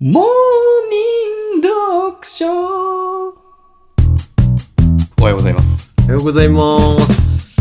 モーニング読書おはようございます。おはようございます。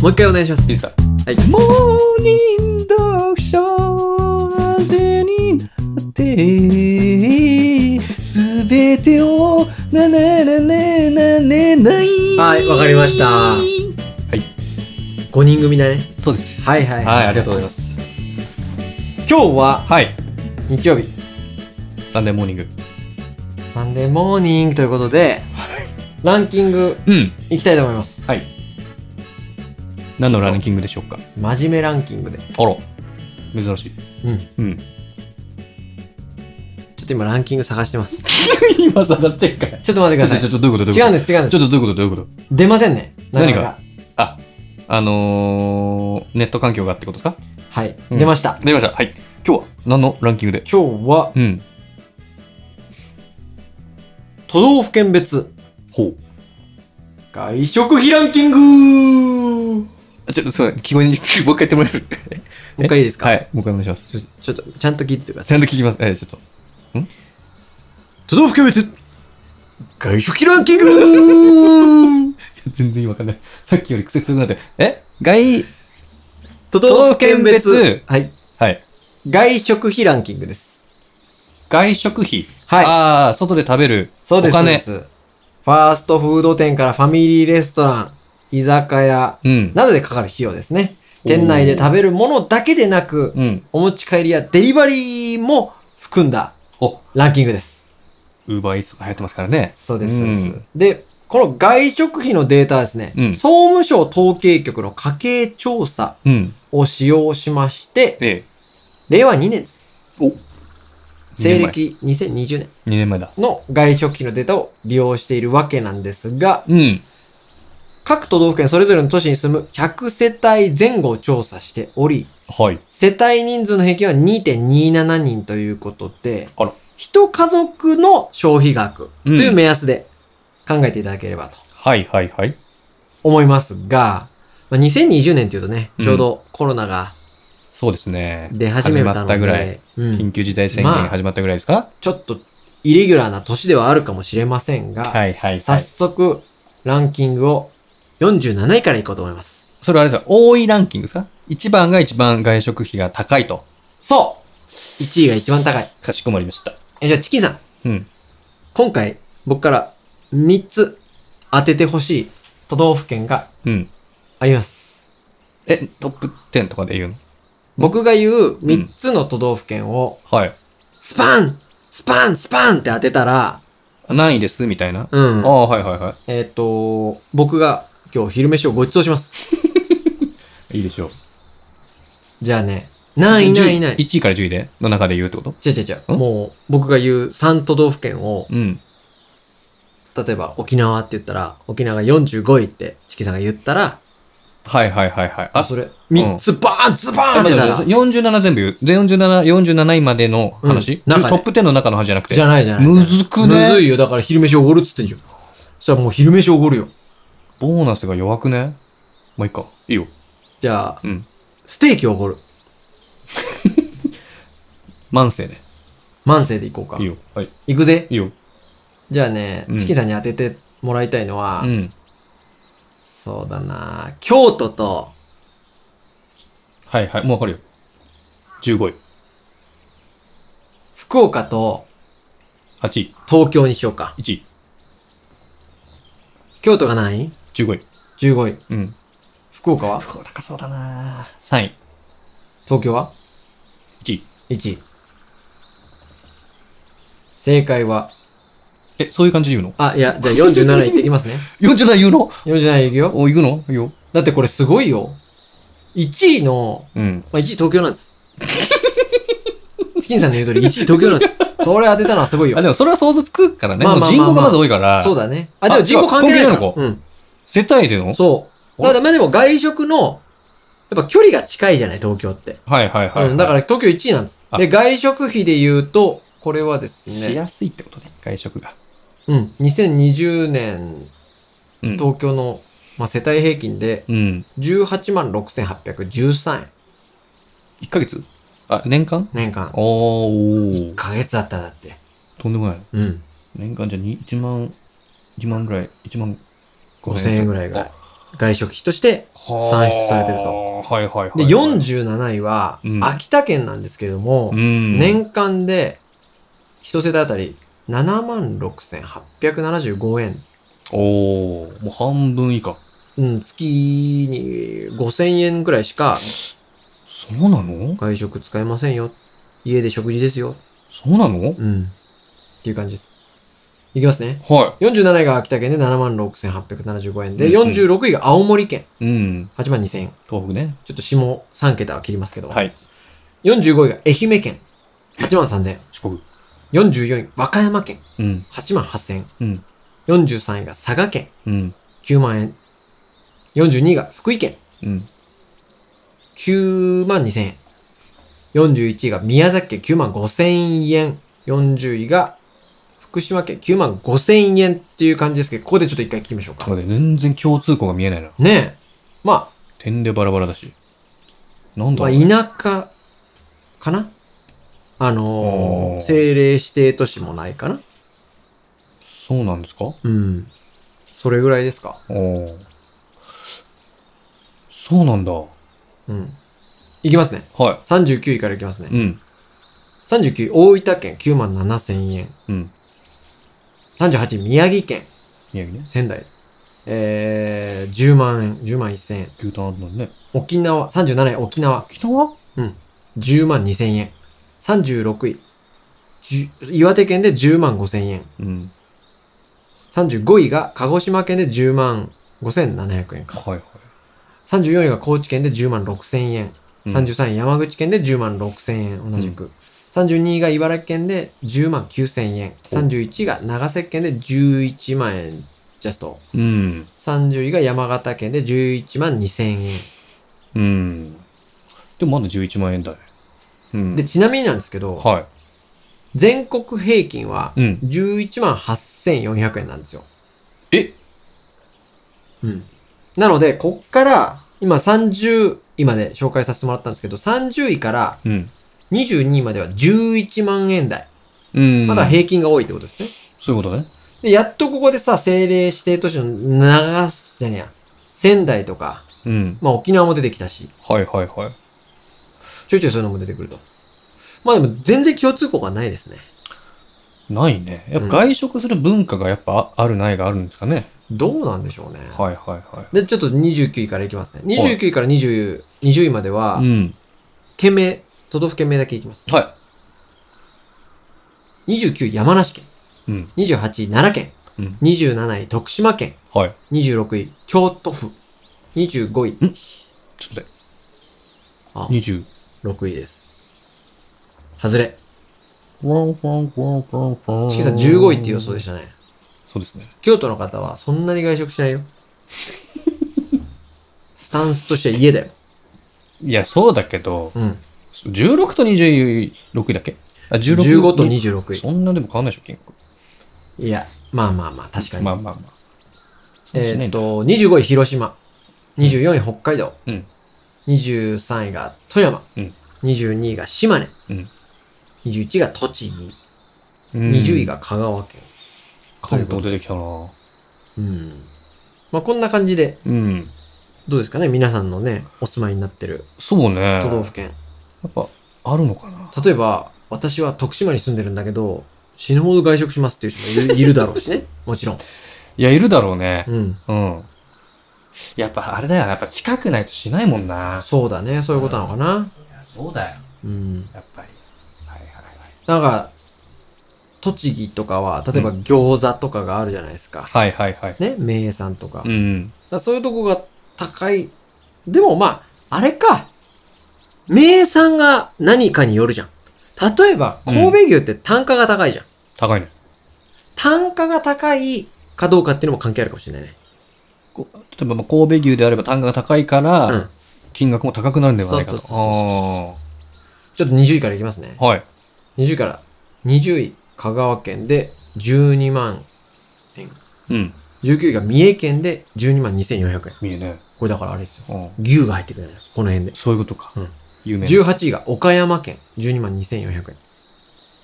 もう一回お願いします。いいですかはい。モーニング読書風になってすべてをななななななないはいわかりましたはい5人組だね。そうですははいはいい、ありがとうございますます。今日ははい日曜日、サンデーモーニングサンデーモーニングということで、ランキングうんいきたいと思います。はい何のランキングでしょうか真面目ランキングで。あら珍しいうん。うんちょっと今ランキング探してます。 今探してんかいちょっと待ってちょくだっとさい。ちょっとどういうことどういうこと違うんです違うんでちょすっ。とどういうことどういうこと出ませんね。なかなか何があ、あのー、ネット環境がってことですかはい、うん出ました。出ました。はい。今日は何のランキングで今日はうん。都道府県別ほう。外食費ランキングもあちょっとすいません。聞こえに、もう一回言ってもらえます う一回いいですかはい。もう一回お願いします。すいませんちょっと、ちゃんと聞いててくださいちゃんと聞きます。えー、ちょっと。都道府県別外食費ランキング全然わかんない。 さっきより癖強くなって。え外、都道府県別はい。はい。外食費ランキングです。外食費。はい。ああ、外で食べる。そうでおす。そう金ですファーストフード店からファミリーレストラン、居酒屋、うん。などでかかる費用ですね。店内で食べるものだけでなく、うん。お持ち帰りやデリバリーも含んだお、ランキングです。ウーバーイーツが流行ってますからね。そうです。そううでんすで、この外食費のデータはですね、うん総務省統計局の家計調査うん。を使用しまして、ええ。令和2年です。お西暦2020年2年前だ。の外食費のデータを利用しているわけなんですが、うん。各都道府県それぞれの都市に住む100世帯前後を調査しており、はい。世帯人数の平均は2.27人ということであら、一家族の消費額という目安で考えていただければとはいはいはい。思いますが、まあ、2020年というとね、ちょうどコロナがそうですね。出始めた始まのっで、たぐらいうん緊急事態宣言まあ始まったぐらいですか、ちょっとイレギュラーな年ではあるかもしれませんが、はいはいは早い。速、ランキングを47位からいこうと思います。それはあれですか多いランキングですか ?1 番が一番外食費が高いと。そう1位が一番高い。かしこまりました。え、じゃあチキンさうん。ん。今回、僕から3つ当ててほしい都道府県がうん。あります。え、トップ10とかで言うの僕が言う3つの都道府県を、はい。スパンスパンスパンって当てたら、何位ですみたいな。うあん。あ、はいはいはえっ、と、僕が今日昼飯をご馳走します。い。いいでしょう。じゃあね、何位何位何位 ?1 位から10位での中で言うってこと違う違う違う。んもう、僕が言う3都道府県を、うん。例えば沖縄って言ったら、沖縄が45位ってチキさんが言ったら、はいはいはいはい。あ、それ、3つバーンズバーンあっ待っててな待っらて、47全部言う。47、47位までの話、うん中中でトップ10の中の話じゃなくて。じゃないじゃない。むずくねむずいよ。だから昼飯おごるっつってんじゃん。そしたらもう昼飯おごるよ。ボーナスが弱くねまあ、いいか。いいよ。じゃあ、うんステーキおごる。慢性で。万世で行こうか。いいよ。はい。行くぜ。いいよ。じゃあねう、んチキンさんに当ててもらいたいのは、うん。そうだな京都と、はいはい。もうわかるよ。15位。福岡と、 8位。東京にしようか。 1位。京都が何位15位。 ?15 位。うん。福岡は福岡そうだな3位。東京は1位。 ?1 位。正解は、え、そういう感じで言うのあ、いや、じゃあ47位行ってきますね。 ?47 言うの47位行くよ。お、行くのいいよ。だってこれすごいよ。1位の、うん。まあ、1位東京なんです。チキンさんの言う通り1位東京なんです。それ当てたのはすごいあ、よ。でもそれは想像つくからね。まあもまあうま人あ口がまず多いから。そうだ。だね。あ、でも人口あ関係ないから。関係うん。世帯でのそう。だからまあでも外食の、やっぱ距離が近いじゃない、東京って。はいはいはい。、うん。だからら東京1位なんです。あで、外食費で言うと、これはですしね、やすいってことね。外食が。うん。2020年、うん。東京の、まあ、世帯平均でうん。 18万6813円。 1ヶ月あ、年間年あ。間ーお1ーヶ月だったらだって。とんでもない。うん。年間じゃに1万、1万ぐらい、1万5000円ぐらいがあ外食費として。算出されてると。はいはいはい、で、47位はう、ん秋田県なんですけれども、うん、年間で、一世帯あたり76,875円。おーもう半分以下。うん、月に5000円ぐらいしかそうなの外食使えませんよ。家で食事ですよ。そうなのうん。っていう感じです。いきますね。は47位が秋田県で76,875円で、うんうん46位が青森県い。うん。 82,000円。東北ね。ちょっと下3桁は切りますけど。はい。 45位が愛媛県83,000円。四国。 44位、和歌山県うん。 88,000円。うん。 43位が佐賀県うん。 9万円。42位が福井県うん。 9万2000円。41位が宮崎県9万5000円。40位が福島県9万5000円っていう感じですけど、ここでちょっと一回聞きましょうちょっかと。待って、全然共通項が見えないな。ねえ。ま点でバラバラだし。なんあ、だまろあ、う。田舎かなあのーおー政令指定都市もないかなそうなんですかうん。それぐらいですかおーそうなんだ。はうん。いきますね。い。 39位からいきますね。うん。 39位、大分県9万7000円。うん。 38位、宮城県宮城ね。仙台。えー、10万円、10万1000円。牛タンあるのにね。沖縄、37位、沖縄、沖縄10万2000円。36位、じゅ岩手県で10万5000円。うん。 35位が鹿児島県で10万5700円か。はいはい。 34位が高知県で10万6000円。うん33位山口県で10万6000円、同じく。32位が茨城県で10万9000円。ほう31位が長崎県で11万円、ジャスト。うん。 30位が山形県で11万2000円。うん。でもまだ11万円だね。うん。で、ちなみになんですけど、は。全国平均はいうん。 11万8400円なんですよ。えうん。なので、こっから、今30位まで紹介させてもらったんですけど、30位からうん。 22位までは11万円台。うん。まだ平均が多いってことですね。そういうことね。で、やっとここでさ、政令指定都市の長す、じゃねえや、仙台とか、うん。まあ沖縄も出てきたし、はいはいはい。ちょいちょいそういうのも出てくると。まあでも全然共通項がないですね。ないね。やっうんぱ外食する文化がやっぱああるないがあるんですかね。どうなんでしょうね。はいはいはで、ちょっと29位からいきますね。29位から20、20位までは、い。うん。県名、都道府県名だけいきます。は29位山梨県、い。うん。 28位奈良県、うん。 27位徳島県、はい。 26位京都府、25位、ちょっと待って。あ、 20。 6位です。外れ。ワンワンワンワンワン。チキさん15位っていう予想でしたね。そうですね。京都の方はそんなに外食しないよ。スタンスとしては家だよ。いや、そうだけど、うん。 16と26位だっけあ、16 15と26そんなでも変わんないでしょ、金額。位。いや、まあまあまあ、確かに。まあまあまあ。えーっと、25位広島。24位北海道。うん23位が富山。うん22位が島根。うん21位が栃木。うん20位が香川県。関東出てきたなうん。まあこんな感じで、うん。どうですかね皆さんのね、お住まいになってるそうね。都道府県。やっぱ、あるのかな例えば、私は徳島に住んでるんだけど、死ぬほど外食しますっていう人もいるいるだろう しね。もちろん。いや、いるだろうね。うん。うん。やっぱあれだよ。やっぱ近くないとしないもんな。そうだね。そういうことなのかな。そうだよ。うん。やっぱり。はいはなんか、栃木とかは、例えばうん餃子とかがあるじゃないですか。いはい。はいはいはい。ね。名産とか。うだかん。らそういうとこが高い。でもまあ、あれか。名産が何かによるじゃん。例えば、神戸牛って単価が高いじゃん。高いね。単価が高いかどうかっていうのも関係あるかもしれないね。こ例えばまあ神戸牛であれば単価が高いかうらん、金額も高くなるんではないかと。そうそうそうそうちょっと20位からいきますねあ。ーはい。 20位から20位香川県で12万円うん。 19位が三重県で12万2400円見えね。これだからあれですようん牛が入ってくるじゃないですかこの辺でそういうことか。うん有名な。 18位が岡山県。12万2400円。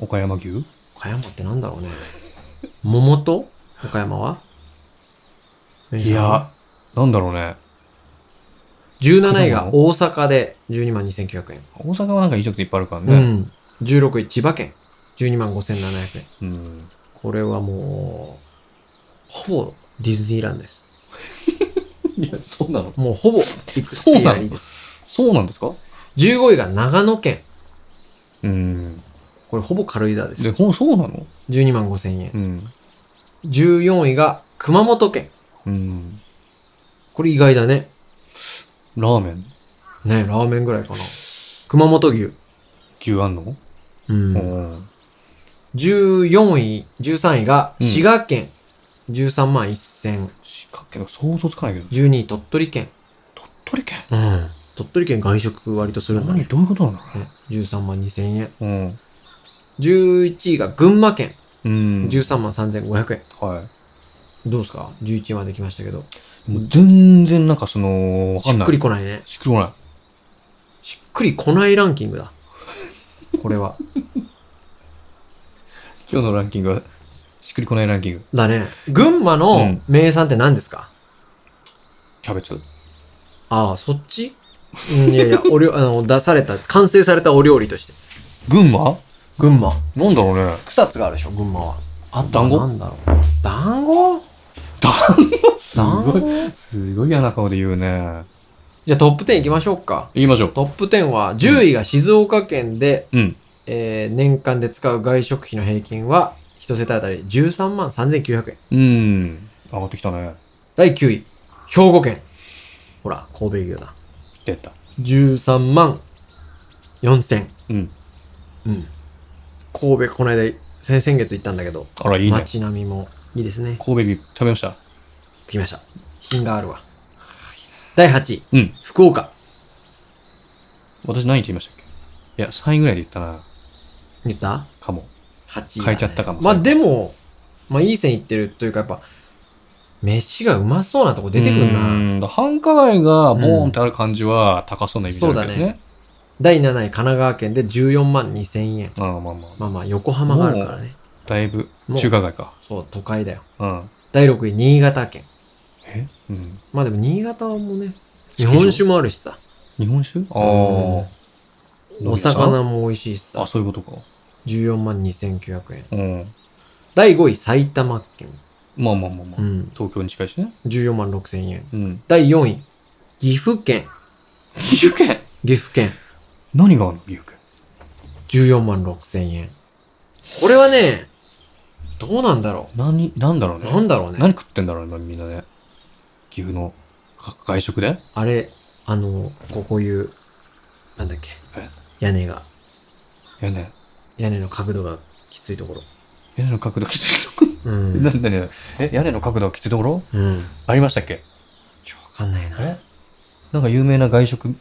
岡山牛岡山ってなんだろうね。桃と岡山はメイいさんはや、なんだろうね。 17位が大阪で12万2900円。大阪はなんか飲食店いっぱいあるからうね。ん。16位千葉県12万5700円。うん。これはもう、ほぼディズニーランドです。いや、そうなのもうほぼエクスペリアリーです。そうなんですか15位が長野県。うん。これほぼ軽井沢でで、す。ほん、そうなの12万5000う円。ん。 14位が熊本県。うん。これ意外だね。ラーメン、ね、ラーメンぐらいかな。熊本牛。牛あんのうん。ん。 14位、13位がうん滋賀県。13万1000。しかけど想像つかないけど。 12位、鳥取県。鳥取県うん。鳥取県外食割とするんだ何ね。どういうことなんだろね13万2000円。うね。 11位が群馬県。うん。うん。 13万3500円。はどうですか ?11 位まで来ましたけど。い。もう全然なんかその、わかしんっないくり。こないね。しっくりこない。しっくりこないランキングだ。これは。今日のランキングは、しっくりこないランキング。だね。群馬うのん名産って何ですか、キャベツああ、そっちうんいやい や、お料あの、出された、完成されたお料理として。群馬群馬。なんだろうね。草津があるでしょ、群馬は。あとは団子なんだろう。団子団すごい子すごい嫌な顔で言うね。じゃあトップ10行きましょうか。行きましょう。トップ10は、10位が静岡県で、うん。えー年間で使う外食費の平均は、1世帯あたり13万3900円。うん。上がってきたね。第9位、兵庫県。ほら、神戸牛だ。出た。 13万4000。うん。うん。神戸、この間、先々月行ったんだけど、あら、いいね。街並みもいいですね。神戸牛食べました。来ました。品があるわ。第8位、うん。福岡。私何位って言いましたっけいや、3位ぐらいで言ったな。言ったかも。 ?8 位、変えちゃったかもまあでも、まあいい線いってるというか、やっぱ、飯がうまそうなとこ出てくるうな。ーん。繁華街がボーンってある感じは高そうなイメージあるけどそうだね。第7位、神奈川県で14万2000円。ああ、まあまあ。まあまあ、横浜があるからね。だいぶもう中華街か。そう、都会だよ。うん。第6位、新潟県。えうん。まあでも、新潟もね、日本酒もあるしさ、日本酒ああう。んお魚も美味しいしあ、さ、そういうことか。 14万2900円。うん。第5位、埼玉県。まあまあまあまうあ。ん、東京に近いしね。 14万6000円。うん。第4位、岐阜県。岐阜県岐阜県、何があるの岐阜県。 14万6000円。これはね、どうなんだろ何、なんだろうう。ね。なんだろうね。何食ってんだろうね、みんなね。岐阜のか外食であれ、あの、こうこういう、なんだっけえ。屋根が、屋根。屋根の角度がきついところ。屋根の角度きついとこうろ。ん。何何え、屋根の角度きついところうん。ありましたっけちょ、わかんないな。なんか有名な外食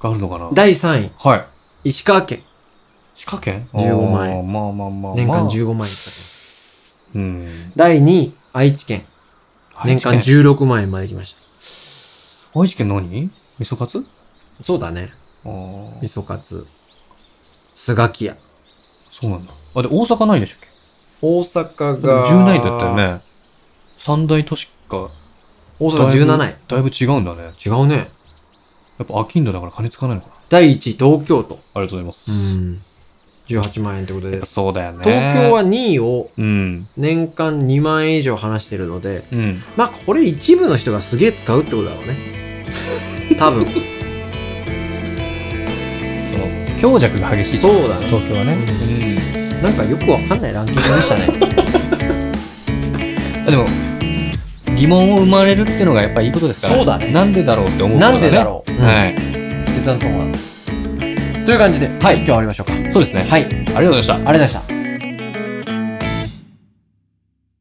があるのかな第3位、はい。石川県。滋賀県15万円あーまあまあまあ。年間まあ。 15万円使ってます。うん。第2位、愛知県。年間愛知県。 16万円まで来まし愛知県何味噌カツた。そうだね。ああ味。噌カツ、スガキ屋。そうなんだ。あ、で、大阪ないでしたっけ大阪だが、から17位だったよ。ね。三大都市か。大阪17位。だいぶ違うんだね。違うね。やっぱ、アキンドだから金使わないのかな。第1位、東京都。ありがとうございます。うん。18万円ってことやでっぱ。そうだよね。東京は、2位をうん。年間2万円以上話してるので、うん。まあこれ一部の人がすげえ使うってことだろうね。多分。その、強弱が激しい。そうだね。東京はね。なんかよくわかんないランキングでした ね。あでも疑問を生まれるっていうのがやっぱりいいことですからそうだねなんでだろうって思うことながねんでだろう。うんはい、決断ともだ。という感じで、はい今日終わりましょうか。そうですね、はい、ありがとうありがとうございましたございました。